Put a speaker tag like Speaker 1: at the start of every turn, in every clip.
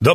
Speaker 1: The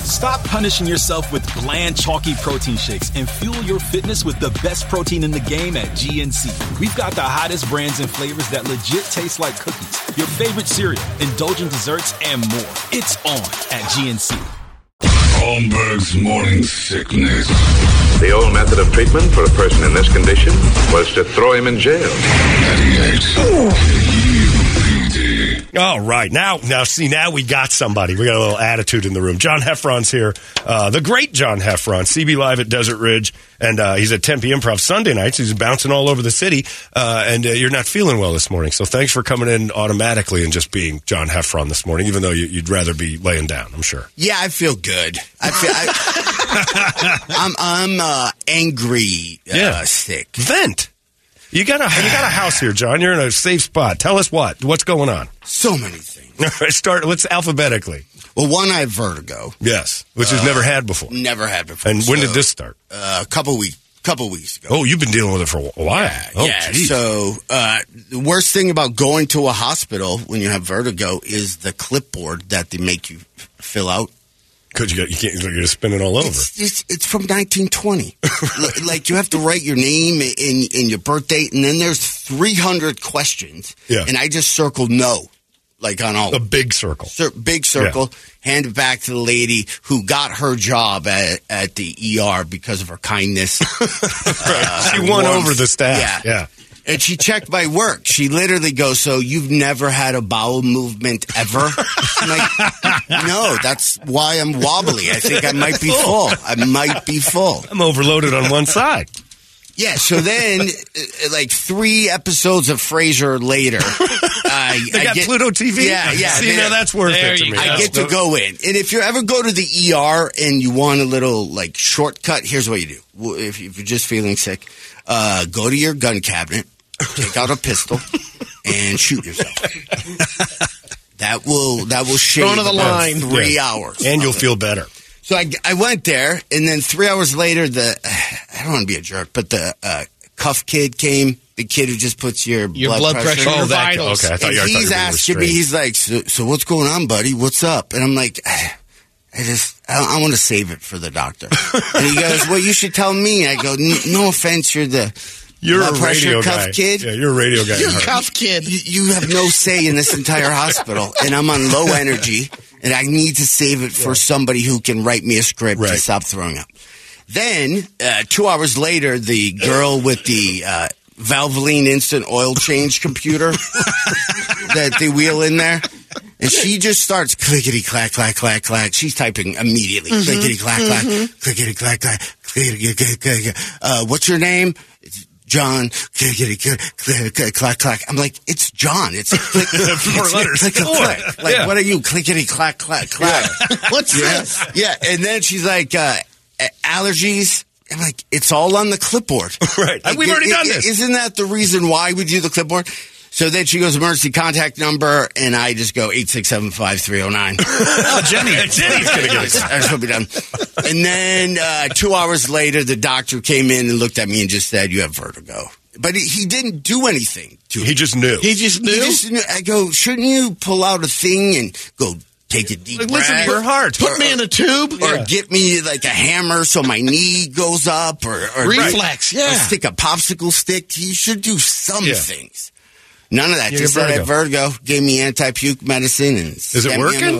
Speaker 2: Stop punishing yourself with bland, chalky protein shakes and fuel your fitness with the best protein in the game at GNC. We've got the hottest brands and flavors that legit taste like cookies, your favorite cereal, indulgent desserts, and more. It's on at GNC.
Speaker 3: Holmberg's morning sickness.
Speaker 4: The old method of treatment for a person in this condition was to throw him in jail.
Speaker 3: 98. UPD.
Speaker 5: All right, now, now, see, now we got somebody. We got a little attitude in the room. John Heffron's here, uh, the great John Heffron, CB live at Desert Ridge, and uh, he's at Tempe Improv Sunday nights. He's bouncing all over the city, uh, and uh, you're not feeling well this morning. So thanks for coming in automatically and just being John Heffron this morning, even though you, you'd rather be laying down. I'm sure.
Speaker 6: Yeah, I feel good. I feel. I, I'm I'm uh, angry. Uh,
Speaker 5: Yeah.
Speaker 6: sick.
Speaker 5: Vent. You got a you got a house here, John. You're in a safe spot. Tell us what what's going on.
Speaker 6: So many things.
Speaker 5: Start. Let's alphabetically.
Speaker 6: Well, one, I have vertigo.
Speaker 5: Yes, which you've never had before.
Speaker 6: Never had before.
Speaker 5: And when
Speaker 6: So,
Speaker 5: did this start?
Speaker 6: Uh, a couple weeks. Couple weeks ago.
Speaker 5: Oh, you've been dealing with it for a while. oh,
Speaker 6: yeah.
Speaker 5: geez.
Speaker 6: So uh, the worst thing about going to a hospital when you have vertigo is the clipboard that they make you f- fill out.
Speaker 5: Because you got you can't you're just spinning all over.
Speaker 6: It's, it's, it's from 1920. L- like you have to write your name and, and your birth date, and then there's 300 questions.
Speaker 5: Yeah.
Speaker 6: And I just circled no, like on all. of
Speaker 5: a big circle.
Speaker 6: cir- big circle, hand it back to the lady who got her job at, at the ER because of her kindness.
Speaker 5: she won
Speaker 6: warmth.
Speaker 5: over the staff.
Speaker 6: Yeah. and she checked my work. She literally goes, "So you've never had a bowel movement ever?" I'm like, no, that's why I'm wobbly. I think I might be full. I might be full.
Speaker 5: I'm overloaded on one side.
Speaker 6: Yeah. So then, uh, like three episodes of Frasier later, I,
Speaker 5: They
Speaker 6: I
Speaker 5: got
Speaker 6: get-
Speaker 5: Pluto TV.
Speaker 6: Yeah, yeah.
Speaker 5: See, now
Speaker 6: there.
Speaker 5: that's worth it to me.
Speaker 6: I get to go in. And if you ever go to the ER and you want a little like shortcut, here's what you do. W- If if you're just feeling sick, uh, go to your gun cabinet, take out a pistol, and shoot yourself. that will that will shave
Speaker 5: Front of the
Speaker 6: about
Speaker 5: line.
Speaker 6: three
Speaker 5: Yeah.
Speaker 6: hours.
Speaker 5: and you'll feel better.
Speaker 6: So I, I went there, and then three hours later, the I don't want to be a jerk, but the uh, cuff kid came. The kid who just puts your,
Speaker 7: Your blood pressure,
Speaker 6: in
Speaker 7: your
Speaker 6: your
Speaker 5: Oh, that-
Speaker 7: vitals.
Speaker 5: okay. I thought
Speaker 6: and
Speaker 5: you. I thought you
Speaker 6: he's
Speaker 5: were
Speaker 6: asking me,
Speaker 5: restrained.
Speaker 6: he's like, so, so what's going on, buddy? What's up? And I'm like, I just, I, I want to save it for the doctor. and he goes, well, you should tell me. I go, "N- no offense, you're the
Speaker 5: You're
Speaker 6: blood
Speaker 5: a
Speaker 6: pressure
Speaker 5: radio
Speaker 6: cuff
Speaker 5: guy.
Speaker 6: kid.
Speaker 5: Yeah, you're a radio guy.
Speaker 7: You're
Speaker 5: All
Speaker 7: a
Speaker 5: right.
Speaker 7: cuff kid.
Speaker 6: you, you have no say in this entire hospital, and I'm on low energy, and I need to save it for somebody who can write me a script to
Speaker 5: Right.
Speaker 6: stop throwing up. Then, uh, two hours later, the girl with the uh, Valvoline instant oil change computer that they wheel in there. And she just starts clickety clack clack clack clack. She's typing immediately.
Speaker 5: Mm-hmm.
Speaker 6: Clickety clack clack clickety clack clack clickety clack clack. Uh, what's your name? It's John. Clickety clack clack clack clack. I'm like, it's John. It's click,
Speaker 5: Four
Speaker 6: it's
Speaker 5: letters.
Speaker 6: Click, click,
Speaker 5: Four.
Speaker 6: click. Like,
Speaker 5: Yeah.
Speaker 6: what are you? Clickety clack clack clack. What's this? Yeah. And then she's like, uh, a- allergies. I'm like, it's all on the clipboard.
Speaker 5: Right.
Speaker 6: Like,
Speaker 5: We've already done this.
Speaker 6: Isn't that the reason why we do the clipboard? So then she goes emergency contact number, and I just go eight six seven five three zero nine.
Speaker 5: Oh, Jenny. Jenny's gonna
Speaker 6: I
Speaker 5: get it.
Speaker 6: just hope you're done. And then uh, two hours later, the doctor came in and looked at me and just said, "You have vertigo." but he- he didn't do anything to
Speaker 5: He
Speaker 6: it.
Speaker 5: just knew.
Speaker 6: He just knew. I go, shouldn't you pull out a thing and go take a deep
Speaker 5: Like,
Speaker 6: breath?
Speaker 5: listen to your heart.
Speaker 7: Put me in a tube.
Speaker 6: or get me like a hammer so my knee goes up or, or
Speaker 7: Reflex,
Speaker 6: or
Speaker 7: yeah.
Speaker 6: stick a popsicle stick. He should do some
Speaker 5: Yeah.
Speaker 6: things. None of that.
Speaker 5: You
Speaker 6: Just
Speaker 5: get
Speaker 6: that had vertigo. Gave me anti puke medicine and
Speaker 5: Is it working?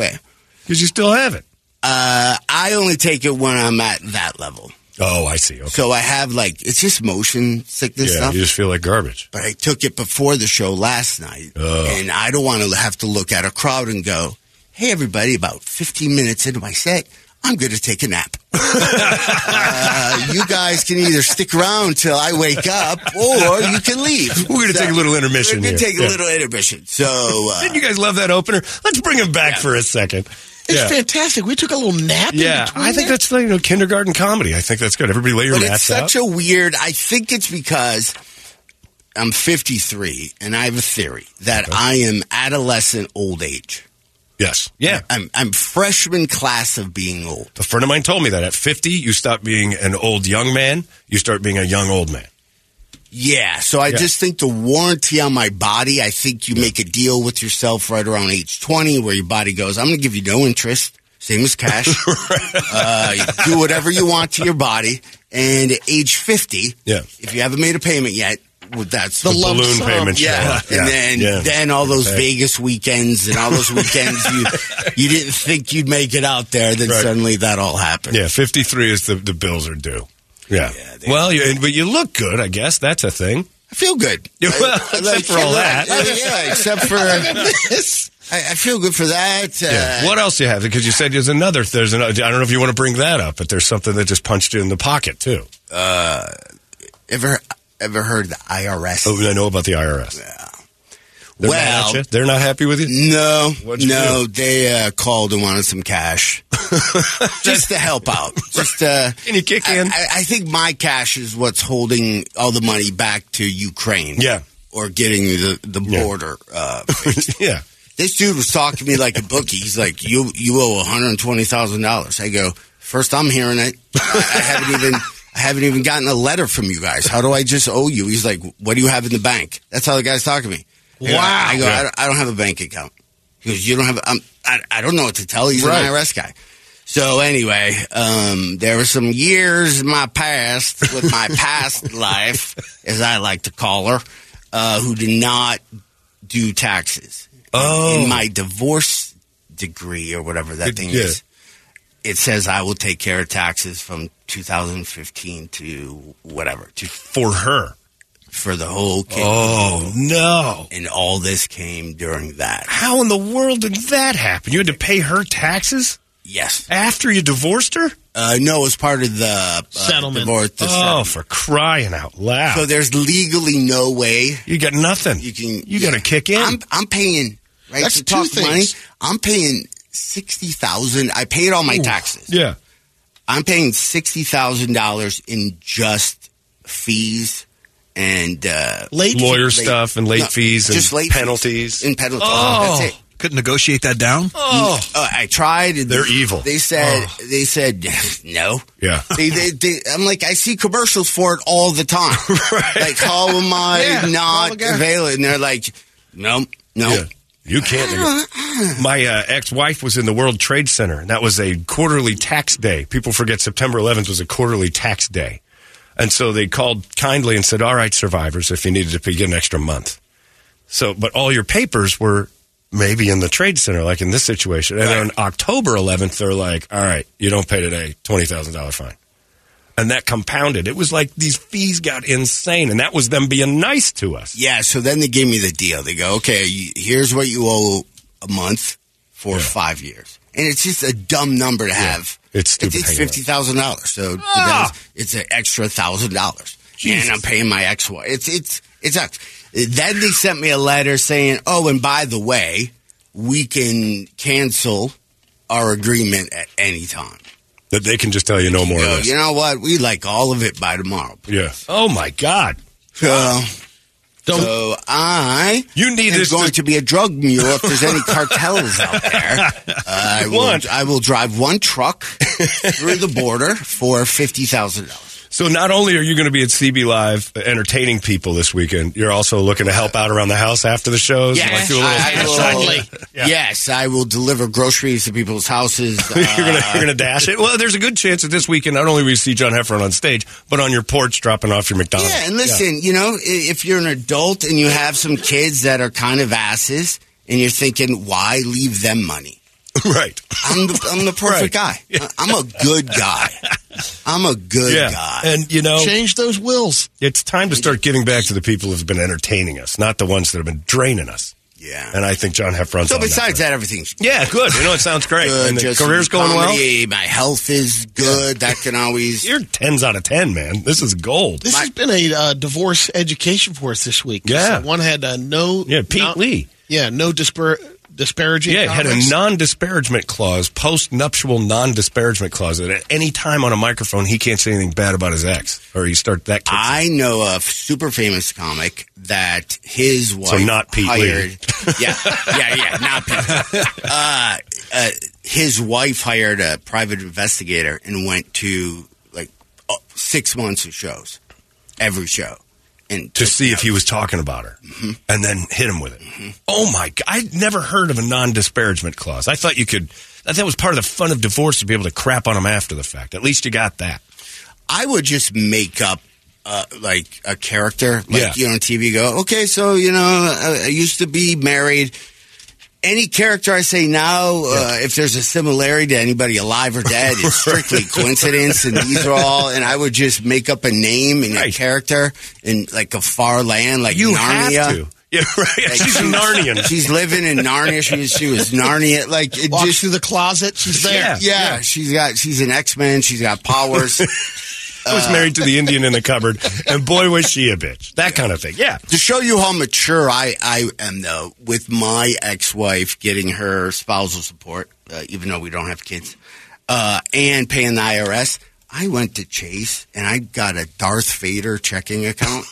Speaker 5: Because you still have it.
Speaker 6: Uh, I only take it when I'm at that level.
Speaker 5: Oh, I see. Okay.
Speaker 6: So I have like it's just motion sickness
Speaker 5: yeah,
Speaker 6: stuff.
Speaker 5: you just feel like garbage.
Speaker 6: but I took it before the show last night, and I don't want to have to look at a crowd and go, "Hey, everybody!" About 15 minutes into my set, I'm going to take a nap. uh, you guys can either stick around till I wake up, or you can leave.
Speaker 5: We're gonna take a little intermission
Speaker 6: We're going to
Speaker 5: here.
Speaker 6: take
Speaker 5: Yeah.
Speaker 6: a little intermission. So, uh,
Speaker 5: Didn't you guys love that opener? Let's bring him back for a second.
Speaker 7: It's
Speaker 5: yeah.
Speaker 7: fantastic. We took a little nap.
Speaker 5: Yeah,
Speaker 7: in between
Speaker 5: I think
Speaker 7: there.
Speaker 5: that's like, you know kindergarten comedy. I think that's good. Everybody lay your
Speaker 6: but it's
Speaker 5: mats out.
Speaker 6: such a weird. I think it's because I'm 53, and I have a theory that I am adolescent old age.
Speaker 5: yes. Yeah.
Speaker 6: I'm I'm freshman class of being old.
Speaker 5: A friend of mine told me that at 50, you stop being an old young man, you start being a young old man.
Speaker 6: Yeah, so I just think the warranty on my body. I think you make a deal with yourself right around age twenty, where your body goes, "I'm going to give you no interest, same as cash. uh, you do whatever you want to your body." And at age fifty,
Speaker 5: Yeah.
Speaker 6: if you haven't made a payment yet, well, that's the,
Speaker 7: lump
Speaker 5: balloon
Speaker 7: sum.
Speaker 5: payment.
Speaker 6: Yeah.
Speaker 5: Yeah.
Speaker 6: and then
Speaker 5: Yeah.
Speaker 6: then all those
Speaker 5: Okay.
Speaker 6: Vegas weekends and all those weekends you you didn't think you'd make it out there, then
Speaker 5: Right.
Speaker 6: suddenly that all happened.
Speaker 5: Yeah, 53 is the, the bills are due. Yeah.
Speaker 6: Yeah, they-
Speaker 5: well, you, but you look good, I guess. That's a thing.
Speaker 6: I feel good.
Speaker 5: Yeah, well,
Speaker 6: I- I
Speaker 5: except for all that.
Speaker 6: Yeah, yeah, except for this. I, I feel good for that. Uh,
Speaker 5: Yeah. What else you have? Because you said there's another. There's another. I don't know if you want to bring that up, but there's something that just punched you in the pocket too.
Speaker 6: Ever ever heard of the IRS?
Speaker 5: Oh, I know about the IRS. They're mad
Speaker 6: Uh, well,
Speaker 5: at you? they're not happy with you.
Speaker 6: no,
Speaker 5: What'd you
Speaker 6: no, they uh, called and wanted some cash just to help out. Just uh,
Speaker 5: Can you kick
Speaker 6: I,
Speaker 5: in?
Speaker 6: I, I think my cash is what's holding all the money back to Ukraine.
Speaker 5: Yeah.
Speaker 6: or getting the the
Speaker 5: Yeah.
Speaker 6: border. Uh, fixed.
Speaker 5: yeah.
Speaker 6: this dude was talking to me like a bookie. He's like, "You you owe one hundred twenty thousand dollars." I go, first I'm hearing it. I, I haven't even I haven't even gotten a letter from you guys. How do I just owe you?" He's like, "What do you have in the bank?" That's how the guy's talking to me. I go-
Speaker 7: Wow.
Speaker 6: I go,
Speaker 5: Yeah.
Speaker 6: I, don't, "I don't have a bank account." He goes, "You don't have." I'm, I I don't know what to tell. you. He's
Speaker 7: Right.
Speaker 6: an IRS guy. So anyway, um, there were some years in my past with my past life, as I like to call her, uh, who did not do taxes.
Speaker 5: Oh.
Speaker 6: In my divorce degree or whatever that
Speaker 5: It-
Speaker 6: thing
Speaker 5: yeah.
Speaker 6: is, it says I will take care of taxes from 2015 to whatever to,
Speaker 5: For her.
Speaker 6: for the whole kid.
Speaker 5: Oh no!
Speaker 6: And all this came during that.
Speaker 5: How in the world did that happen? You had to pay her taxes
Speaker 6: Yes.
Speaker 5: after you divorced her?
Speaker 6: Uh, no, it's part of the uh,
Speaker 7: Settlement.
Speaker 6: Divorce, the
Speaker 5: oh,
Speaker 6: settlement.
Speaker 5: for crying out loud!
Speaker 6: So there's legally no way
Speaker 5: you got nothing.
Speaker 6: you can.
Speaker 5: You got
Speaker 6: yeah.
Speaker 5: to kick in.
Speaker 6: I'm, I'm paying. Right,
Speaker 7: That's
Speaker 6: to
Speaker 7: two
Speaker 6: talk
Speaker 7: things.
Speaker 6: money. I'm paying sixty thousand. I paid all my taxes.
Speaker 5: yeah.
Speaker 6: I'm paying sixty thousand dollars in just fees and uh,
Speaker 7: late.
Speaker 5: Lawyer stuff and late
Speaker 6: no,
Speaker 5: fees and
Speaker 6: just late fees
Speaker 5: penalties.
Speaker 6: and penalties.
Speaker 5: Oh.
Speaker 6: That's it.
Speaker 7: Couldn't negotiate that down.
Speaker 5: Oh,
Speaker 6: Uh, I tried. and
Speaker 5: They're evil. Oh.
Speaker 6: They said. They said no.
Speaker 5: Yeah.
Speaker 6: They, they, they, I'm like, I see commercials for it all the time. Like, how am I
Speaker 7: Yeah,
Speaker 6: not
Speaker 7: call the guy.
Speaker 6: available? And they're like, no, no.
Speaker 5: Yeah. You can't. My uh, ex-wife was in the World Trade Center, and that was a quarterly tax day. People forget September 11th was a quarterly tax day, and so they called kindly and said, "All right, survivors, if you needed to pay, get an extra month." So, but all your papers were maybe in the Trade Center, like in this situation. And then on October 11th, they're like, "All right, you don't pay today, twenty thousand dollar fine." And that compounded. It was like these fees got insane, and that was them being nice to us.
Speaker 6: Yeah, so then they gave me the deal. They go, okay, you- here's what you owe a month for five years. And it's just a dumb number to have.
Speaker 5: It's stupid
Speaker 6: It's
Speaker 5: hanging out.
Speaker 6: fifty thousand dollars, so it's, it's an extra thousand dollars, and I'm paying my ex wife. It's it's it sucks. Then they sent me a letter saying, "Oh, and by the way, we can cancel our agreement at any time."
Speaker 5: That they can just tell you no more. or
Speaker 6: Go,
Speaker 5: less.
Speaker 6: you know what? We like all of it by tomorrow.
Speaker 5: Yeah. Oh my God.
Speaker 6: So,
Speaker 7: Don't-
Speaker 6: so I
Speaker 5: You need
Speaker 6: is
Speaker 5: this
Speaker 6: going
Speaker 5: to-
Speaker 6: to, be a drug mule if there's any cartels out there. Uh, I will
Speaker 5: One.
Speaker 6: I will drive one truck through the border for fifty thousand dollars.
Speaker 5: So not only are you going to be at CB Live entertaining people this weekend, you're also looking to help out around the house after the shows. and, like,
Speaker 6: Yes,
Speaker 5: do a little-
Speaker 6: I will-
Speaker 5: Yeah.
Speaker 6: yes, I will deliver groceries to people's houses. uh,
Speaker 5: you're gonna you're gonna dash it. Well, there's a good chance that this weekend not only will you see John Heffron on stage, but on your porch dropping off your McDonald's.
Speaker 6: Yeah, and listen, you know, i- if you're an adult and you have some kids that are kind of asses, and you're thinking, why leave them money?
Speaker 5: Right.
Speaker 6: I'm the, I'm the perfect guy. I- I'm a good guy. I'm a good
Speaker 5: Yeah.
Speaker 6: guy.
Speaker 5: And you know,
Speaker 7: Change those wills.
Speaker 5: it's time to start giving back to the people who've been entertaining us, not the ones that have been draining us.
Speaker 6: Yeah.
Speaker 5: And I think John Heffron's
Speaker 6: so
Speaker 5: on that
Speaker 6: besides
Speaker 5: list.
Speaker 6: that, everything's
Speaker 5: Yeah, good. You know, it sounds great.
Speaker 6: good.
Speaker 5: and the
Speaker 6: just
Speaker 5: career's going well.
Speaker 6: comedy, My health is good. That can always.
Speaker 5: You're tens out of ten, man. This is gold.
Speaker 7: This has been a uh, divorce education for us this week.
Speaker 5: Yeah.
Speaker 7: So one had uh, no.
Speaker 5: Yeah, Pete
Speaker 7: no-
Speaker 5: Lee.
Speaker 7: Yeah, no dispar- disparaging.
Speaker 5: Yeah, it had a
Speaker 7: comments.
Speaker 5: non disparagement clause, post nuptial non disparagement clause that at any time on a microphone he can't say anything bad about his ex, or you start that. Kicks.
Speaker 6: I know a f- super famous comic that his wife
Speaker 5: not Pete Lee.
Speaker 6: hired. Yeah, yeah, yeah, not Pete. Uh, uh, his wife hired a private investigator and went to like oh, six months of shows, every show, and
Speaker 5: to see if he was talking about her,
Speaker 7: Mm-hmm.
Speaker 5: and then hit him with it. Oh my god! I'd never heard of a non disparagement clause. I thought you could. I thought That was part of the fun of divorce to be able to crap on him after the fact. At least you got that.
Speaker 6: I would just make up uh, like a character, like
Speaker 5: Yeah.
Speaker 6: you know, on TV. Go, okay, so you know, uh, I, I used to be married. Any character I say now, uh, if there's a similarity to anybody alive or dead, it's strictly coincidence, and these are all. And I would just make up a name and a
Speaker 5: Right.
Speaker 6: character in like a far land, like
Speaker 5: You
Speaker 6: Narnia.
Speaker 5: have to. Yeah, right.
Speaker 6: Like,
Speaker 5: She's a Narnian.
Speaker 6: She's living in Narnia. She was, she was Narnia. Like it
Speaker 7: Walks
Speaker 6: just
Speaker 7: through the closet. She's there.
Speaker 5: Yeah.
Speaker 6: yeah, She's got she's an X Men. She's got powers.
Speaker 5: I was married to the Indian in the cupboard, and boy was she a bitch. That kind of thing. Yeah.
Speaker 6: to show you how mature I, I am, though, with my ex wife getting her spousal support, uh, even though we don't have kids, uh, and paying the IRS, I went to Chase and I got a Darth Vader checking account.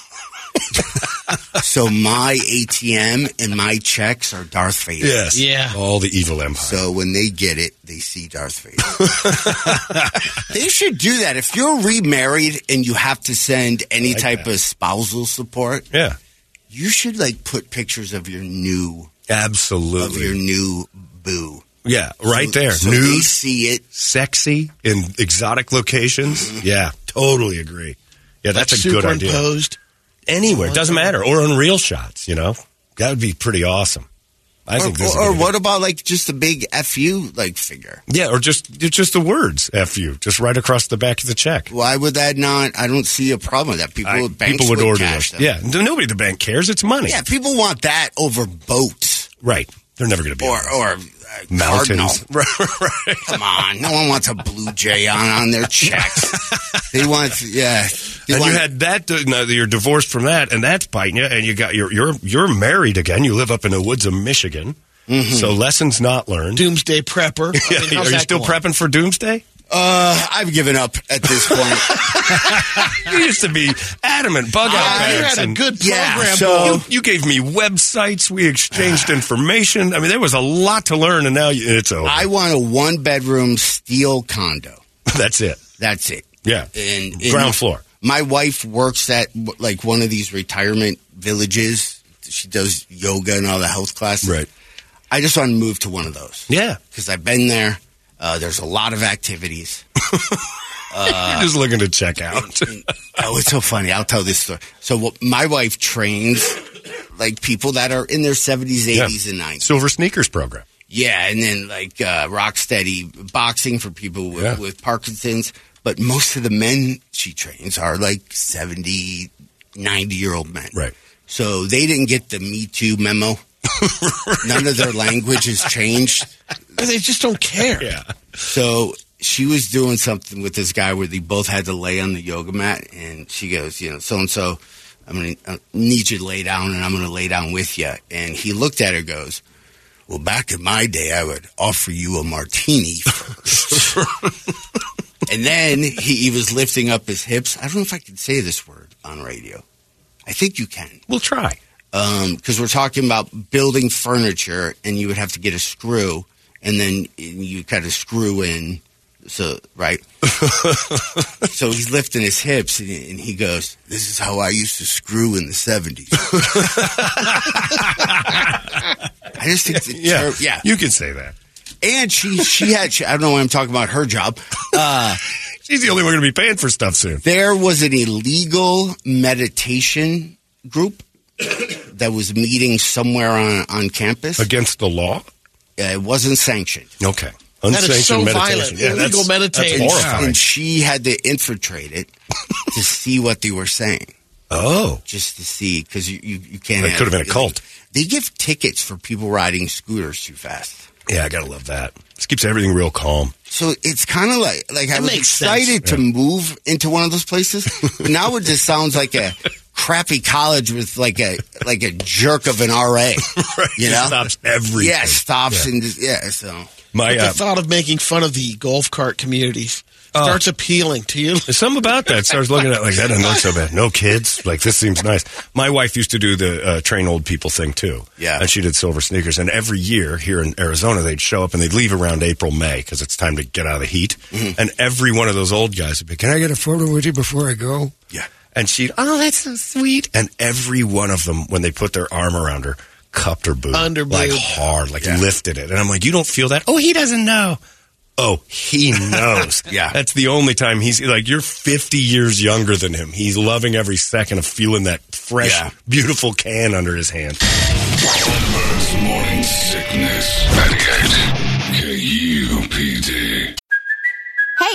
Speaker 6: so my ATM and my checks are Darth Vader.
Speaker 5: Yes.
Speaker 7: Yeah.
Speaker 5: All the evil empire.
Speaker 6: So when they get it, they see Darth Vader. they should do that. If you're remarried and you have to send any type of spousal support,
Speaker 5: yeah.
Speaker 6: you should like put pictures of your new of your
Speaker 5: Absolutely.
Speaker 6: new boo.
Speaker 5: Yeah. Right there.
Speaker 6: So they
Speaker 5: Nude,
Speaker 6: see it.
Speaker 5: sexy in exotic locations. Yeah. Mm-hmm. Totally agree. Yeah, that's
Speaker 7: Like
Speaker 5: a good idea.
Speaker 7: superimposed.
Speaker 5: Anywhere. Doesn't matter. Or on real shots, you know? That would be pretty awesome. I think this is
Speaker 6: or, or
Speaker 5: gonna be-
Speaker 6: what about like just a big fu like figure?
Speaker 5: Yeah, or just it's just the words F you, just right across the back of the check.
Speaker 6: Why would that not? I don't see a problem with that. People
Speaker 5: I-
Speaker 6: banks
Speaker 5: people would order
Speaker 6: cash
Speaker 5: those.
Speaker 6: them.
Speaker 5: Yeah. Nobody at the bank cares. It's money.
Speaker 6: yeah. People want that over boats
Speaker 5: Right. They're never going to be.
Speaker 6: or
Speaker 5: on.
Speaker 6: or uh, cardinal.
Speaker 5: mountains. Right, right.
Speaker 6: Come on, no one wants a blue jay on on their checks. they want yeah. They
Speaker 5: and
Speaker 6: want,
Speaker 5: you had that. uh, Now that you're divorced from that, and that's biting you. And you got you're you're you're married again. You live up in the woods of Michigan, so lessons not learned.
Speaker 7: Mm-hmm. Doomsday prepper. I mean, how's
Speaker 5: Are you
Speaker 7: that
Speaker 5: still
Speaker 7: going?
Speaker 5: prepping for doomsday?
Speaker 6: uh, I've given up at this point.
Speaker 5: You used to be adamant, bug out.
Speaker 7: Yeah, Ah, you
Speaker 5: parents
Speaker 7: had a
Speaker 5: and-
Speaker 7: good
Speaker 6: Yeah,
Speaker 7: program. Ah.
Speaker 6: so-
Speaker 7: boy.
Speaker 5: You, you gave me websites. We exchanged information. I mean, there was a lot to learn, and now you, it's over.
Speaker 6: I want a one bedroom steel condo.
Speaker 5: that's it.
Speaker 6: That's it.
Speaker 5: Yeah.
Speaker 6: And, and
Speaker 5: Ground floor.
Speaker 6: My wife works at like one of these retirement villages. She does yoga and all the health classes.
Speaker 5: Right.
Speaker 6: I just want to move to one of those.
Speaker 5: Yeah.
Speaker 6: Because I've been there. Uh, there's a lot of activities.
Speaker 7: Uh,
Speaker 5: you're just looking to check out.
Speaker 6: oh, it's so funny. I'll tell this story. So what, my wife trains like people that are in their 70s, 80s, and 90s.
Speaker 5: Silver sneakers program.
Speaker 6: Yeah, and then like uh, rock steady boxing for people with,
Speaker 5: Yeah.
Speaker 6: with Parkinson's. But most of the men she trains are like 70, 90 year old men.
Speaker 5: Right.
Speaker 6: So they didn't get the Me Too memo. None of their language has changed.
Speaker 7: They just don't care.
Speaker 5: Yeah.
Speaker 6: So she was doing something with this guy where they both had to lay on the yoga mat, and she goes, you know, so and so, I'm gonna uh, need you to lay down, and I'm gonna lay down with you. And he looked at her, goes, well, back in my day, I would offer you a martini. first." and then he, he was lifting up his hips. I don't know if I can say this word on radio. I think you can
Speaker 5: We'll try.
Speaker 6: because we're talking about building furniture, and you would have to get a screw, and then you cut a screw in so right. so he's lifting his hips, and, and he goes, "This is how I used to screw in the '70s." I just think the
Speaker 5: Yeah.
Speaker 6: term- yeah,
Speaker 5: You can say that.
Speaker 6: and she she had she, I don't know why I'm talking about her job. Uh,
Speaker 5: She's the only one going to be paying for stuff soon.
Speaker 6: there was an illegal meditation group that was meeting somewhere on on campus.
Speaker 5: Against the law?
Speaker 6: Uh, it wasn't sanctioned.
Speaker 5: Okay.
Speaker 7: That is so violent.
Speaker 5: Yeah,
Speaker 7: Illegal
Speaker 5: that's-
Speaker 7: meditation.
Speaker 5: That's horrifying.
Speaker 6: And she had to infiltrate it to see what they were saying,
Speaker 5: Oh.
Speaker 6: just to see, because you, you, you can't.
Speaker 5: It could have been a cult.
Speaker 6: They give tickets for people riding scooters too fast.
Speaker 5: Yeah, I got to love that. This keeps everything real calm.
Speaker 6: So it's kind of like like I
Speaker 7: That
Speaker 6: was
Speaker 7: makes sense.
Speaker 6: excited to move into one of those places. but now it just sounds like a crappy college with like a like a jerk of an RA. You
Speaker 5: It
Speaker 6: know,
Speaker 5: stops everything.
Speaker 6: Yeah, stops and just, yeah. So
Speaker 5: My,
Speaker 7: But
Speaker 5: uh,
Speaker 7: the thought of making fun of the golf cart communities starts appealing to you.
Speaker 5: There's something about that. Starts looking at it like that doesn't look so bad. No kids. Like this seems nice. My wife used to do the uh, train old people thing too.
Speaker 6: Yeah.
Speaker 5: and she did silver sneakers. And every year here in Arizona, they'd show up and they'd leave around April May because it's time to get out of the heat. And every one of those old guys would be, "Can I get a photo with you before I go?"
Speaker 6: Yeah.
Speaker 5: And she'd, "Oh, that's so sweet." And every one of them, when they put their arm around her, cupped her boob,
Speaker 7: Under
Speaker 5: like
Speaker 7: boob.
Speaker 5: hard, like lifted it. And I'm like, "You don't feel that?" Oh, he doesn't know. Oh, he knows.
Speaker 6: Yeah.
Speaker 5: That's the only time he's like, you're 50 years younger than him. He's loving every second of feeling that fresh,
Speaker 6: Yeah.
Speaker 5: beautiful can under his hand.
Speaker 3: Holmberg's morning sickness. 98 KUPD.
Speaker 8: Hey,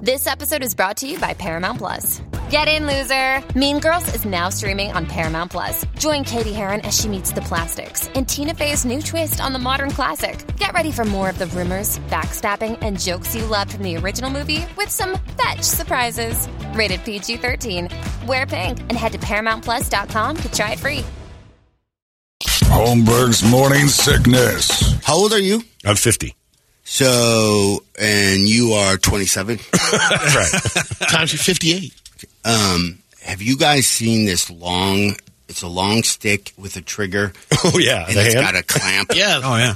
Speaker 8: This episode is brought to you by Paramount Plus. Get in, loser! Mean Girls is now streaming on Paramount Plus. Join Katie Heron as she meets the plastics and Tina Fey's new twist on the modern classic. Get ready for more of the rumors, backstabbing, and jokes you loved from the original movie with some fetch surprises. Rated PG 13. Wear pink and head to ParamountPlus.com to try it free.
Speaker 3: Holmberg's morning sickness.
Speaker 6: how old are you?
Speaker 5: I'm 50.
Speaker 6: So and you are 27.
Speaker 7: Times you 58.
Speaker 6: Um, have you guys seen this long? It's a long stick with a trigger,
Speaker 5: Oh, yeah.
Speaker 6: and
Speaker 5: the
Speaker 6: it's
Speaker 5: hand?
Speaker 6: got a clamp.
Speaker 7: Oh, Yeah.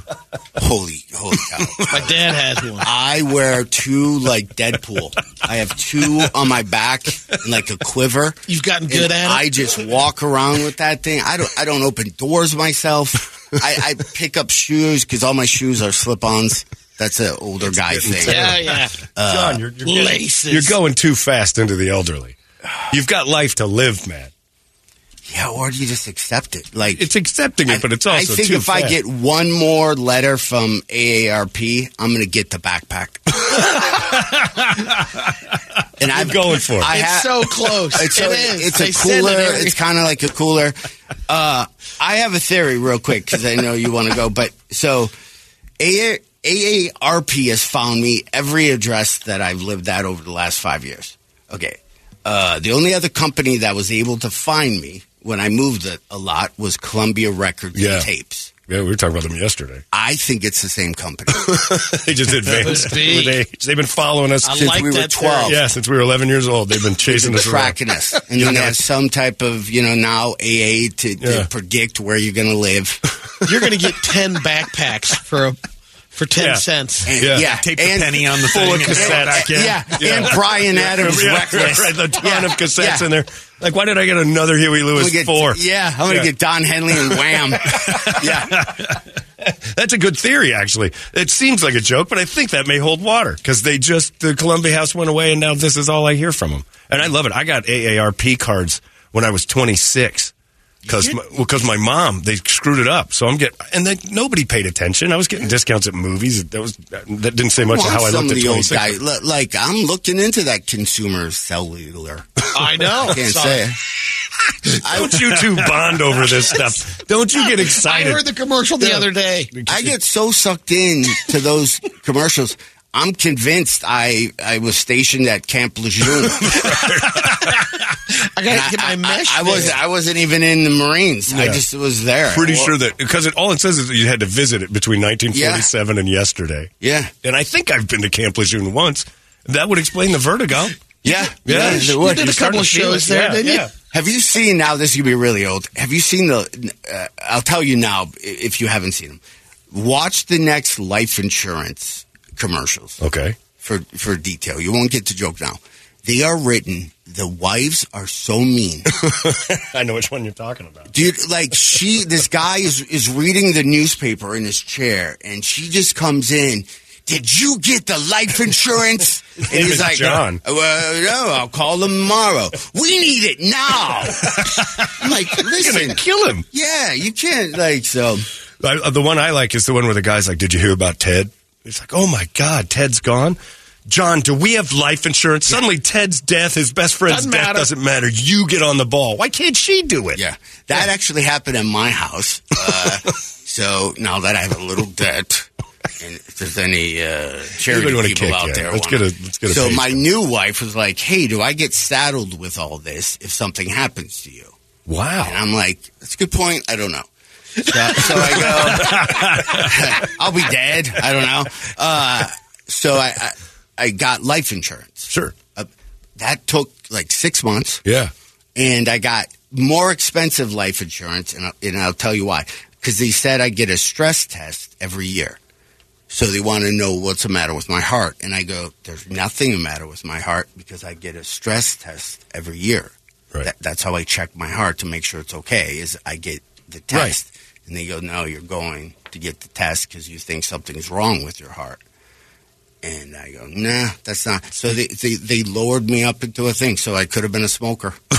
Speaker 6: Holy, holy cow!
Speaker 7: My dad has one.
Speaker 6: I wear two like Deadpool. I have two on my back, and, like a quiver.
Speaker 7: You've gotten good
Speaker 6: And
Speaker 7: at it.
Speaker 6: I just walk around with that thing. I don't. I don't open doors myself. I, I pick up shoes because all my shoes are slip-ons. That's an older guy thing.
Speaker 7: yeah, yeah.
Speaker 6: Uh,
Speaker 5: John, you're, you're, getting-
Speaker 7: Laces.
Speaker 5: you're going too fast into the elderly. You've got life to live, man.
Speaker 6: Yeah, or do you just accept it? Like
Speaker 5: It's accepting it, but it's
Speaker 6: I-
Speaker 5: also
Speaker 6: I think
Speaker 5: too
Speaker 6: if I
Speaker 5: fast.
Speaker 6: get one more letter from AARP, I'm going to get the backpack. and I'm
Speaker 5: going for it.
Speaker 6: I
Speaker 7: It's
Speaker 6: ha-
Speaker 7: so close.
Speaker 6: It's, a-
Speaker 7: it is.
Speaker 6: it's
Speaker 7: They
Speaker 6: a
Speaker 7: send
Speaker 6: cooler.
Speaker 7: it every-
Speaker 6: It's kind of like a cooler. Uh, I have a theory, real quick, because I know you want to go. But so AA, AARP has found me every address that I've lived at over the last five years. Okay. Uh, the only other company that was able to find me when I moved a, a lot was Columbia Records
Speaker 5: Yeah.
Speaker 6: and Tapes.
Speaker 5: Yeah, we were talking about them yesterday.
Speaker 6: I think it's the same company.
Speaker 5: They just advanced.
Speaker 7: be.
Speaker 5: with age. They've been following us
Speaker 7: I
Speaker 5: since,
Speaker 7: like
Speaker 6: we were
Speaker 7: that.
Speaker 6: 12.
Speaker 7: theory.
Speaker 5: yeah, since we were 11 years old. They've been chasing us around.
Speaker 6: tracking us. And then they have some type of, you know, now AA to, to
Speaker 5: Yeah.
Speaker 6: predict where you're going to live.
Speaker 7: You're going to get 10 backpacks for a, for 10
Speaker 5: Yeah.
Speaker 7: cents.
Speaker 6: And,
Speaker 5: Yeah.
Speaker 6: yeah.
Speaker 9: Tape the
Speaker 6: and,
Speaker 9: penny on the
Speaker 5: Full
Speaker 9: thing.
Speaker 5: of
Speaker 9: and throw it
Speaker 5: cassettes.
Speaker 9: back in.
Speaker 6: Yeah.
Speaker 5: Yeah.
Speaker 6: And Brian Adams
Speaker 5: Yeah,
Speaker 6: reckless.
Speaker 5: Right, the ton
Speaker 6: Yeah.
Speaker 5: of cassettes
Speaker 6: Yeah.
Speaker 5: in there. Like, why did I get another Huey
Speaker 6: I'm
Speaker 5: Lewis
Speaker 6: gonna get-
Speaker 5: four?
Speaker 6: Yeah, I'm gonna
Speaker 5: Yeah.
Speaker 6: get Don Henley and Wham. yeah,
Speaker 5: That's a good theory, actually. It seems like a joke, but I think that may hold water because they just the Columbia House went away, and now this is all I hear from them. And I love it. I got AARP cards when I was 26 because my, well, 'cause my mom they screwed it up. So I'm getting and then nobody paid attention. I was getting discounts at movies. That was that didn't say much
Speaker 6: Well,
Speaker 5: of how I
Speaker 6: some
Speaker 5: looked
Speaker 6: of
Speaker 5: at
Speaker 6: the old
Speaker 5: 26.
Speaker 6: guy. li- Like I'm looking into that consumer cellular.
Speaker 7: I know.
Speaker 6: I can't
Speaker 7: Sorry.
Speaker 6: say. it.
Speaker 5: Don't you two bond over this stuff? Don't you get
Speaker 7: I
Speaker 5: excited?
Speaker 7: heard the commercial the other day.
Speaker 6: I get so sucked in to those commercials. I'm convinced I, I was stationed at Camp Lejeune.
Speaker 7: I gotta get my mesh.
Speaker 6: I was I wasn't even in the Marines. I
Speaker 5: Yeah.
Speaker 6: just was there.
Speaker 5: Pretty
Speaker 6: Well,
Speaker 5: sure that because it, all it says is that you had to visit it between 1947 and yesterday.
Speaker 6: Yeah,
Speaker 5: and I think I've been to Camp Lejeune once. That would explain the vertigo.
Speaker 6: Yeah,
Speaker 5: yeah.
Speaker 6: it would.
Speaker 5: You start to feel it. Yeah, yeah.
Speaker 6: Have you seen now? This is gonna be really old. Have you seen the? Uh, I'll tell you now i- if you haven't seen them. Watch the next life insurance commercials.
Speaker 5: Okay.
Speaker 6: For for detail, you won't get the joke now. They are written. The wives are so mean.
Speaker 5: I know which one you're talking about.
Speaker 6: Dude, like she, this guy is is reading the newspaper in his chair, and she just comes in. Did you get the life insurance? And
Speaker 5: Name is
Speaker 6: he's like, "Uh,
Speaker 5: John.
Speaker 6: Well, no, I'll call them tomorrow. We need it now. I'm like, listen,
Speaker 5: kill him.
Speaker 6: Yeah, you can't like so.
Speaker 5: I, uh, the one I like is the one where the guy's like, "Did you hear about Ted?" It's like, "Oh my God, Ted's gone." John, do we have life insurance? Suddenly, Ted's death, his best friend's
Speaker 6: Doesn't
Speaker 5: death,
Speaker 6: matter.
Speaker 5: doesn't matter. You get on the ball. Why can't she do it?
Speaker 6: Yeah, that actually happened in my house. Uh, so now that I have a little debt, and if there's any uh, charity
Speaker 5: Anybody wanna
Speaker 6: people
Speaker 5: kick,
Speaker 6: out
Speaker 5: yeah.
Speaker 6: there,
Speaker 5: Let's
Speaker 6: wanna-
Speaker 5: get a- let's get a
Speaker 6: so
Speaker 5: pay
Speaker 6: my new wife was like, "Hey, do I get saddled with all this if something happens to you?"
Speaker 5: Wow,
Speaker 6: and I'm like, "That's a good point. I don't know." So, so I go, "I'll be dead. I don't know." Uh, so I, I I got life insurance.
Speaker 5: Sure,
Speaker 6: uh, that took like six months
Speaker 5: Yeah.
Speaker 6: and I got more expensive life insurance, and, I, and I'll tell you why. Because they said I get a stress test every year. So they want to know what's the matter with my heart. And I go, there's nothing the matter with my heart because I get a stress test every year.
Speaker 5: Right.
Speaker 6: That, that's how I check my heart to make sure it's okay is I get the test. And they go, no, you're going to get the test because you think something's wrong with your heart. And I go, nah, that's not. So they, they, they lowered me up into a thing. So I could have been a smoker.
Speaker 5: Yeah,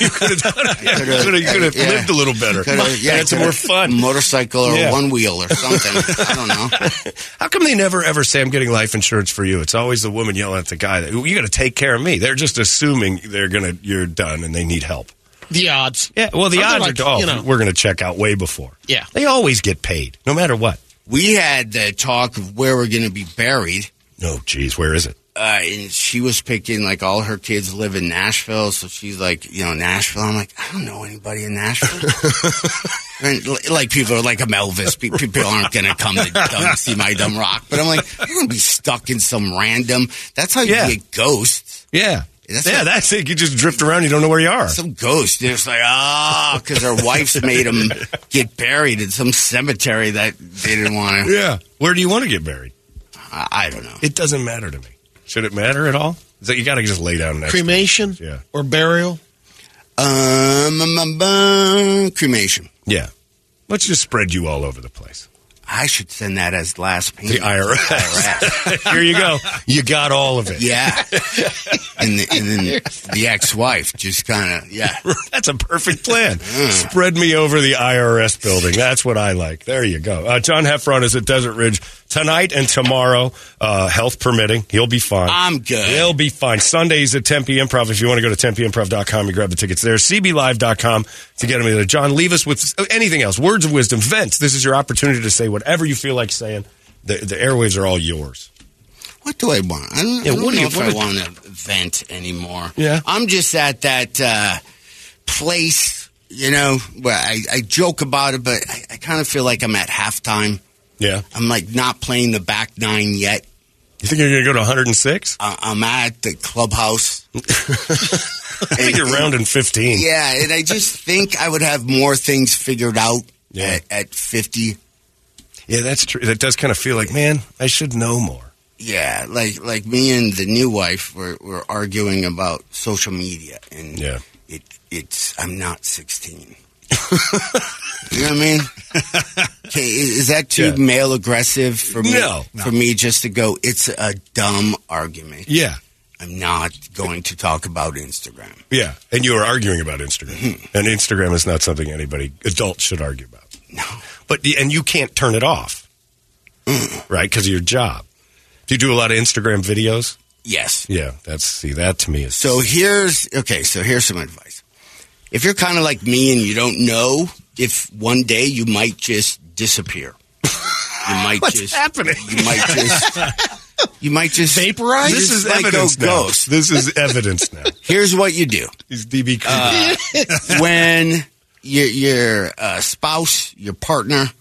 Speaker 5: you could have, you could have
Speaker 6: Yeah.
Speaker 5: lived a little better.
Speaker 6: Could've- yeah,
Speaker 5: had some more
Speaker 6: could've-
Speaker 5: fun.
Speaker 6: Motorcycle or
Speaker 5: Yeah.
Speaker 6: one wheel or something. I don't know.
Speaker 5: How come they never ever say I'm getting life insurance for you? It's always the woman yelling at the guy that you got to take care of me. They're just assuming they're gonna you're done and they need help.
Speaker 7: the odds.
Speaker 5: Yeah, well, the
Speaker 7: Something
Speaker 5: odds
Speaker 7: like,
Speaker 5: are oh,
Speaker 7: you know.
Speaker 5: we're gonna check out way before.
Speaker 7: Yeah.
Speaker 5: They always get paid no matter what.
Speaker 6: We had the talk of where we're going to be buried.
Speaker 5: No, geez, where is it?
Speaker 6: Uh, and she was picking like all her kids live in Nashville, so she's like, you know, Nashville. I'm like, I don't know anybody in Nashville. and, l- like people are like, I'm Elvis. Pe- People aren't gonna come to dumb, see my dumb rock. But I'm like, you're gonna be stuck in some random. That's how you
Speaker 5: Yeah.
Speaker 6: get ghosts.
Speaker 5: Yeah.
Speaker 6: That's
Speaker 5: yeah,
Speaker 6: what-
Speaker 5: that's it. You just drift around. You don't know where you are.
Speaker 6: Some ghost. They're just like, ah, because their wives made them get buried in some cemetery that they didn't want to.
Speaker 5: yeah. Where do you want to get buried?
Speaker 6: I, I don't know.
Speaker 5: It doesn't matter to me. Should it matter at all? Is that you got to just lay down next. to it.
Speaker 7: Cremation
Speaker 5: Yeah.
Speaker 7: or burial?
Speaker 6: Um, um, um, um, cremation.
Speaker 5: Yeah. Let's just spread you all over the place.
Speaker 6: I should send that as last
Speaker 5: The
Speaker 6: payment.
Speaker 5: IRS. Here you go. You got all of it.
Speaker 6: yeah. And, the, and then the ex-wife just kind of, yeah.
Speaker 5: That's a perfect plan. Spread me over the IRS building. That's what I like. There you go. Uh, John Heffron is at Desert Ridge tonight and tomorrow, uh, health permitting. He'll be fine.
Speaker 6: I'm good.
Speaker 5: He'll be fine. Sundays at Tempe Improv. If you want to go to TempeImprov.com, you grab the tickets there. CBLive.com to get them there. John, leave us with anything else. Words of wisdom, vents. This is your opportunity to say whatever you feel like saying. The, the airwaves are all yours.
Speaker 6: What do I want? I don't,
Speaker 5: Yeah,
Speaker 6: I don't
Speaker 5: what do
Speaker 6: know
Speaker 5: you-
Speaker 6: if
Speaker 5: what
Speaker 6: I
Speaker 5: do-
Speaker 6: want to vent anymore.
Speaker 5: Yeah.
Speaker 6: I'm just at that uh, place, you know, where I, I joke about it, but I, I kind of feel like I'm at halftime.
Speaker 5: Yeah.
Speaker 6: I'm like not playing the back nine yet.
Speaker 5: You think you're going to go to 106?
Speaker 6: I, I'm at the clubhouse.
Speaker 5: I think you're rounding 15.
Speaker 6: Yeah, and I just think I would have more things figured out
Speaker 5: Yeah.
Speaker 6: at, at 50.
Speaker 5: Yeah, that's true. That does kind of feel like, man, I should know more.
Speaker 6: Yeah, like like me and the new wife were, were arguing about social media, and
Speaker 5: Yeah.
Speaker 6: it it's I'm not 16. you know what I mean? Okay, i- is that too
Speaker 5: Yeah.
Speaker 6: male aggressive for me?
Speaker 5: No.
Speaker 6: for me just to go. It's a dumb argument.
Speaker 5: Yeah.
Speaker 6: I'm not going to talk about Instagram.
Speaker 5: Yeah, and you were arguing about Instagram,
Speaker 6: Hmm.
Speaker 5: and Instagram is not something anybody adult should argue about.
Speaker 6: No.
Speaker 5: But and you can't turn it off,
Speaker 6: Mm.
Speaker 5: right? Because of your job. Do you do a lot of Instagram videos?
Speaker 6: Yes.
Speaker 5: Yeah, that's see that to me is
Speaker 6: So here's okay. So here's some advice. If you're kind of like me and you don't know if one day you might just disappear, you might
Speaker 5: What's
Speaker 6: just
Speaker 5: happening?
Speaker 6: You might just You might just
Speaker 5: vaporize. This
Speaker 6: Just
Speaker 5: is
Speaker 6: like
Speaker 5: evidence
Speaker 6: go
Speaker 5: now.
Speaker 6: ghost.
Speaker 5: This is evidence now.
Speaker 6: Here's what you do.
Speaker 5: He's DB
Speaker 6: Uh, when your your uh, spouse, your partner,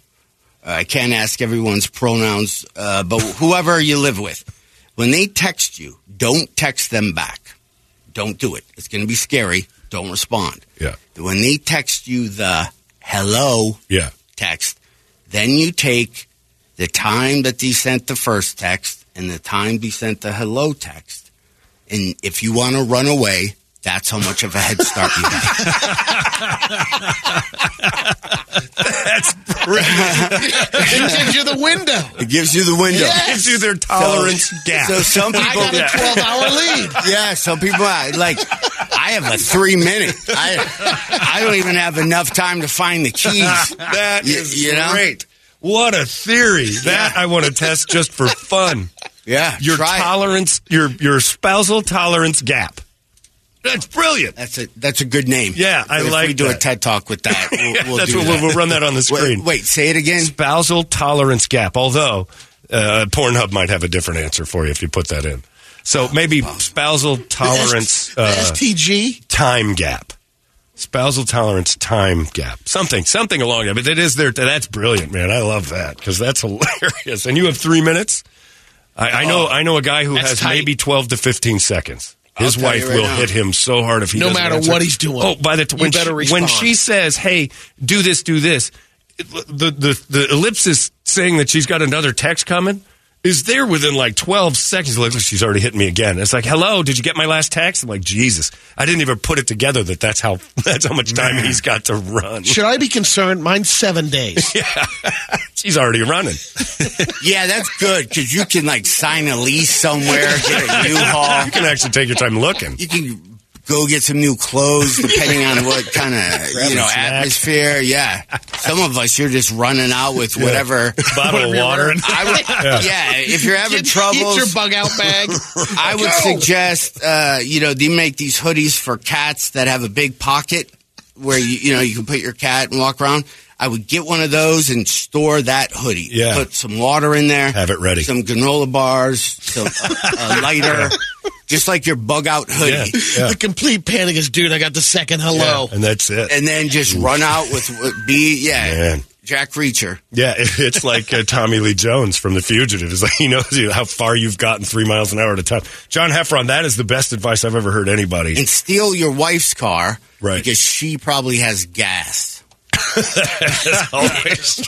Speaker 6: uh, I can't ask everyone's pronouns, uh, but whoever you live with, when they text you, don't text them back. Don't do it. It's going to be scary. Don't respond.
Speaker 5: Yeah.
Speaker 6: When they text you the hello
Speaker 5: yeah.
Speaker 6: text, then you take the time that they sent the first text and the time they sent the hello text. And if you want to run away, that's how much of a head start you have.
Speaker 7: it gives you the window.
Speaker 6: It gives you the window.
Speaker 7: Yes.
Speaker 5: Gives you their tolerance
Speaker 6: so,
Speaker 5: gap.
Speaker 6: So some
Speaker 7: I
Speaker 6: people
Speaker 7: got a 12 hour lead.
Speaker 6: Yeah, some people I- like. I have a three minute. I I don't even have enough time to find the keys.
Speaker 5: That
Speaker 6: Y-
Speaker 5: is
Speaker 6: you know?
Speaker 5: great. What a theory. That I want to test just for fun.
Speaker 6: Yeah,
Speaker 5: Your
Speaker 6: try it.
Speaker 5: tolerance, your your spousal tolerance gap. That's brilliant.
Speaker 6: That's a that's a good name.
Speaker 5: Yeah, I
Speaker 6: But if
Speaker 5: like
Speaker 6: we do a
Speaker 5: that.
Speaker 6: TED talk with that. We'll, we'll
Speaker 5: That's
Speaker 6: do
Speaker 5: what
Speaker 6: that.
Speaker 5: we'll, we'll run that on the screen.
Speaker 6: Wait, wait, say it again.
Speaker 5: Spousal tolerance gap. Although uh, Pornhub might have a different answer for you if you put that in. So maybe spousal tolerance
Speaker 7: The
Speaker 5: uh,
Speaker 7: STG.
Speaker 5: time gap. Spousal tolerance time gap. Something, something along that. But that is their, that's brilliant, man. I love that because that's hilarious. And you have three minutes. I, I
Speaker 6: Oh.
Speaker 5: know, I know a guy who
Speaker 7: That's
Speaker 5: has
Speaker 7: tight.
Speaker 5: maybe 12 to 15 seconds. His
Speaker 6: I'll tell you
Speaker 5: wife
Speaker 6: right
Speaker 5: will
Speaker 6: now.
Speaker 5: hit him so hard if he
Speaker 7: No
Speaker 5: doesn't
Speaker 7: matter
Speaker 5: answer.
Speaker 7: what he's doing,
Speaker 5: Oh, by the
Speaker 7: you
Speaker 5: time when,
Speaker 7: better
Speaker 5: she- when
Speaker 7: respond.
Speaker 5: she says, "Hey, do this, do this," it- the the the ellipsis saying that she's got another text coming is there within like twelve seconds. Like "Look, she's already hitting me again. It's like, "Hello, did you get my last text?" I'm like, "Jesus, I didn't even put it together that that's how that's how much time he's got to run."
Speaker 7: Should I be concerned? Mine's seven days.
Speaker 5: She's already running.
Speaker 6: Yeah, that's good because you can like sign a lease somewhere, get a U-Haul.
Speaker 5: You can actually take your time looking.
Speaker 6: You can go get some new clothes depending on what kind of you know
Speaker 5: snack.
Speaker 6: atmosphere. Yeah, some of us you're just running out with whatever.
Speaker 5: Bottle of water.
Speaker 6: I would, yeah. if you're having
Speaker 7: Get-
Speaker 6: troubles,
Speaker 7: Get your bug out bag.
Speaker 6: I would
Speaker 7: Go.
Speaker 6: suggest uh, you know they make these hoodies for cats that have a big pocket where you you know you can put your cat and walk around. I would get one of those and store that hoodie.
Speaker 5: Yeah.
Speaker 6: Put some water in there.
Speaker 5: Have it ready.
Speaker 6: Some granola bars, some a, a lighter, just like your bug out hoodie.
Speaker 5: Yeah.
Speaker 7: The complete panic is, dude, I got the second hello.
Speaker 5: and that's it.
Speaker 6: And then just run out with with- be yeah,
Speaker 5: Man.
Speaker 6: Jack Reacher.
Speaker 5: Yeah, it- it's like uh, Tommy Lee Jones from The Fugitive. It's like he knows you- how far you've gotten three miles an hour at a time. John Heffron, that is the best advice I've ever heard anybody.
Speaker 6: And steal your wife's car
Speaker 5: Right.
Speaker 6: because she probably has gas.
Speaker 5: Always.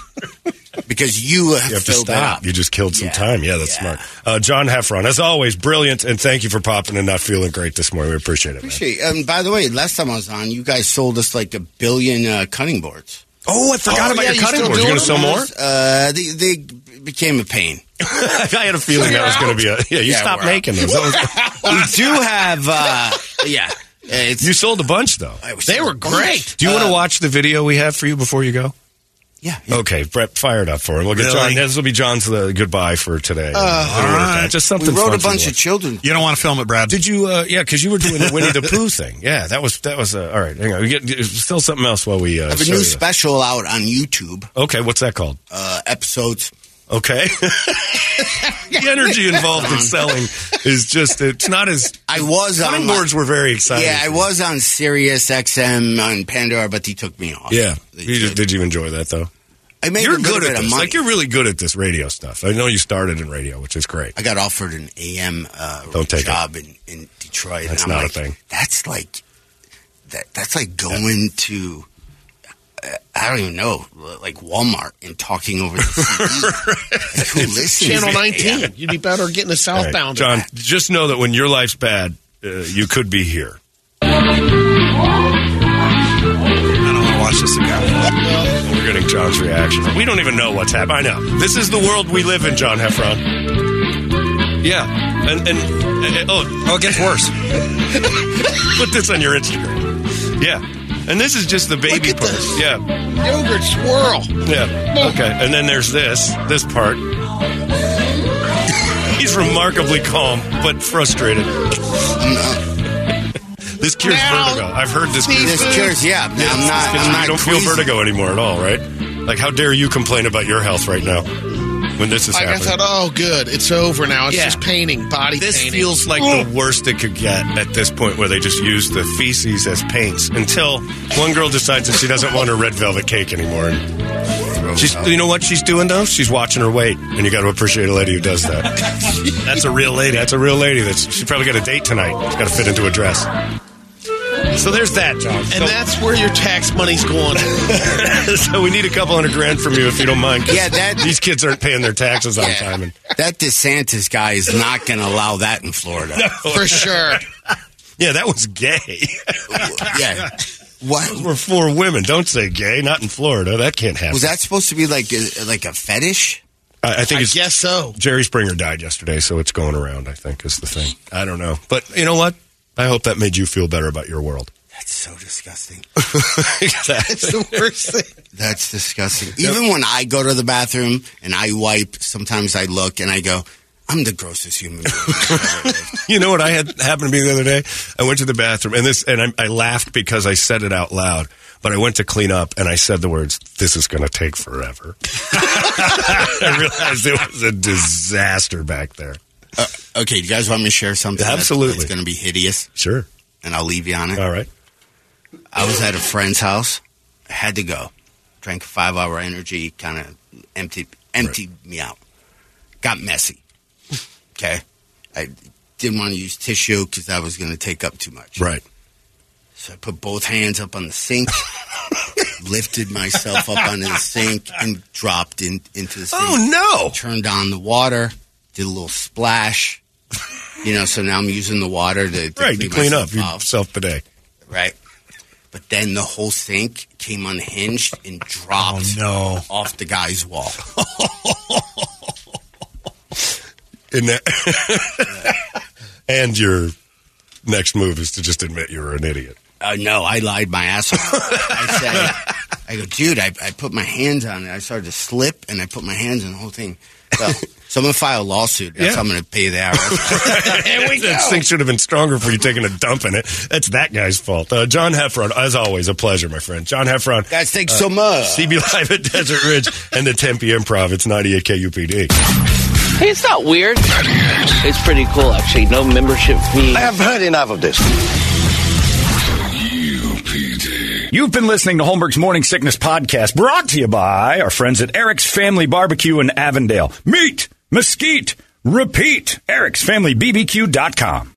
Speaker 6: Because you have,
Speaker 5: You have to
Speaker 6: filled it
Speaker 5: stop.
Speaker 6: up.
Speaker 5: You just killed some
Speaker 6: Yeah,
Speaker 5: time. Yeah, that's
Speaker 6: yeah.
Speaker 5: smart. Uh, John Heffron, as always, brilliant. And thank you for popping and not feeling great this morning. We appreciate it. Man.
Speaker 6: Appreciate. And um, by the way, last time I was on, you guys sold us like a billion uh, cutting boards.
Speaker 5: Oh, I forgot
Speaker 7: Oh,
Speaker 5: about
Speaker 7: yeah,
Speaker 5: your
Speaker 7: you
Speaker 5: cutting
Speaker 7: still
Speaker 5: board. You're
Speaker 7: doing
Speaker 5: going to sell
Speaker 7: them?
Speaker 5: more?
Speaker 6: Uh, they, they became a pain.
Speaker 5: I had a feeling that was going to be a. Yeah, you
Speaker 6: Yeah,
Speaker 5: stopped
Speaker 6: we're out.
Speaker 5: making those. That was-
Speaker 6: we do have. Uh, yeah, it's
Speaker 5: you sold a bunch, Um, though.
Speaker 7: They were great.
Speaker 5: Do you want to watch the video we have for you before you go?
Speaker 6: yeah. yeah.
Speaker 5: Okay, Brett, fire it up for him. We'll get
Speaker 9: Really?
Speaker 5: John. This will be John's uh, goodbye for today.
Speaker 9: all right.
Speaker 5: Just
Speaker 6: We
Speaker 5: something.
Speaker 6: wrote
Speaker 5: fun
Speaker 6: a
Speaker 5: for
Speaker 6: bunch
Speaker 5: the-
Speaker 6: of children.
Speaker 9: You don't want to film it, Brad.
Speaker 5: Did you? Uh, yeah, because you were doing the Winnie the Pooh thing. Yeah, that was that was. Uh, all right, hang on. We get still something else while we. Uh,
Speaker 6: I have a
Speaker 5: show
Speaker 6: new
Speaker 5: you.
Speaker 6: special out on YouTube.
Speaker 5: okay, what's that called?
Speaker 6: Uh, episodes.
Speaker 5: Okay. the energy involved in selling is just. It's not as.
Speaker 6: I was
Speaker 5: Cutting
Speaker 6: on.
Speaker 5: boards were very exciting.
Speaker 6: yeah, I was on Sirius XM on Pandora, but they took me off.
Speaker 5: Yeah.
Speaker 6: They
Speaker 5: You just,
Speaker 6: took-
Speaker 5: did you enjoy that though?
Speaker 6: I made
Speaker 5: you're
Speaker 6: a little
Speaker 5: good
Speaker 6: bit
Speaker 5: at
Speaker 6: of
Speaker 5: this.
Speaker 6: money.
Speaker 5: Like you're really good at this radio stuff. I know you started in radio, which is great.
Speaker 6: I got offered an AM uh,
Speaker 5: Don't take it.
Speaker 6: job in, in Detroit.
Speaker 5: That's
Speaker 6: and I'm
Speaker 5: not a
Speaker 6: like,
Speaker 5: thing.
Speaker 6: That's like that. That's like going to uh, I don't even know, like Walmart and talking over the CD. Like, who listens?
Speaker 7: Channel 19.
Speaker 6: Yeah.
Speaker 7: You'd be better getting a
Speaker 5: All right,
Speaker 7: southbound.
Speaker 5: John, just know that when your life's bad, uh, you could be here.
Speaker 9: I don't want to watch this again.
Speaker 5: We're getting John's reaction. We don't even know what's happening. I know. This is the world we live in, John Heffron. Yeah. And, and, and- oh,
Speaker 9: Oh, it gets worse.
Speaker 5: put this on your Instagram. Yeah. And this is just the baby
Speaker 7: at
Speaker 5: part.
Speaker 7: this.
Speaker 5: Yeah.
Speaker 7: Yogurt swirl.
Speaker 5: Yeah. Okay. And then there's this, this part. He's remarkably calm, but frustrated. this cures
Speaker 7: Now-
Speaker 5: vertigo. I've heard this cures
Speaker 6: This cures, yeah. I'm
Speaker 5: It's-
Speaker 6: not.
Speaker 5: it's-
Speaker 6: I'm
Speaker 5: you
Speaker 6: not
Speaker 5: don't feel
Speaker 6: queasy.
Speaker 5: vertigo anymore at all, right? Like, how dare you complain about your health right now? when this is
Speaker 7: like
Speaker 5: happening.
Speaker 7: I thought, oh, good, it's over now. It's
Speaker 5: Yeah.
Speaker 7: just painting, body
Speaker 5: This
Speaker 7: painting.
Speaker 5: feels like the worst it could get at this point, where they just use the feces as paints until one girl decides that she doesn't want her red velvet cake anymore. And she's, you know what she's doing though? She's watching her weight, and you got to appreciate a lady who does that. that's a real lady. That's a real lady. That's she probably got a date tonight. She's got to fit into a dress. So there's that, John.
Speaker 7: and that's where your tax money's going.
Speaker 5: so we need a couple hundred grand from you if you don't mind. 'cause
Speaker 6: Yeah, that-
Speaker 5: these kids aren't paying their taxes on time. And
Speaker 6: That DeSantis guy is not going to allow that in Florida.
Speaker 7: For sure.
Speaker 5: yeah, that was gay.
Speaker 6: yeah.
Speaker 5: What? We're for women. Don't say gay. Not in Florida. That can't happen.
Speaker 6: Was that supposed to be like a, like a fetish?
Speaker 5: I, I think
Speaker 6: I
Speaker 5: it's.
Speaker 7: guess so.
Speaker 5: Jerry Springer died yesterday, so it's going around, I think, is the thing. I don't know. But you know what? I hope that made you feel better about your world.
Speaker 6: That's so disgusting.
Speaker 7: That's the worst thing.
Speaker 6: That's disgusting. Even when I go to the bathroom and I wipe, sometimes I look and I go, I'm the grossest human being.
Speaker 5: you know what I had happened to me the other day? I went to the bathroom and this, and I, I laughed because I said it out loud. But I went to clean up and I said the words, "This is going to take forever." I realized it was a disaster back there.
Speaker 6: Uh, okay, do you guys want me to share something?
Speaker 5: Absolutely.
Speaker 6: It's going to be hideous.
Speaker 5: Sure.
Speaker 6: And I'll leave you on it.
Speaker 5: All right.
Speaker 6: I was at a friend's house. I had to go. Drank a five hour energy, kind of emptied, emptied me out. Got messy. Okay. I didn't want to use tissue because that was going to take up too much.
Speaker 5: Right.
Speaker 6: So I put both hands up on the sink, lifted myself up onto the sink, and dropped in, into the sink.
Speaker 5: Oh, no.
Speaker 6: Turned on the water, did a little splash. You know, so now I'm using the water to, to
Speaker 5: Right. You clean up
Speaker 6: myself off
Speaker 5: yourself today.
Speaker 6: right? But then the whole sink came unhinged
Speaker 5: Oh,
Speaker 6: and dropped off the guy's wall.
Speaker 5: In that, and your next move is to just admit you're an idiot.
Speaker 6: Uh, no, I lied my ass off. I said, I go, dude, I, I put my hands on it. I started to slip and I put my hands on the whole thing. So, so I'm going to file a lawsuit. That's
Speaker 5: Yeah.
Speaker 6: how I'm going to pay the IRS. there we
Speaker 5: That thing should have been stronger for you taking a dump in it. That's that guy's fault. Uh, John Heffron, as always, a pleasure, my friend. John Heffron.
Speaker 6: Guys, thanks so much.
Speaker 5: CB Live at Desert Ridge and the Tempe Improv. It's 98 KUPD.
Speaker 10: Hey, it's not weird. It's pretty cool, actually. No membership fee. I have heard enough of this.
Speaker 1: You've been listening to Holmberg's Morning Sickness Podcast, brought to you by our friends at Eric's Family Barbecue in Avondale. Meet, mesquite, repeat. Eric'sFamilyBBQ.com.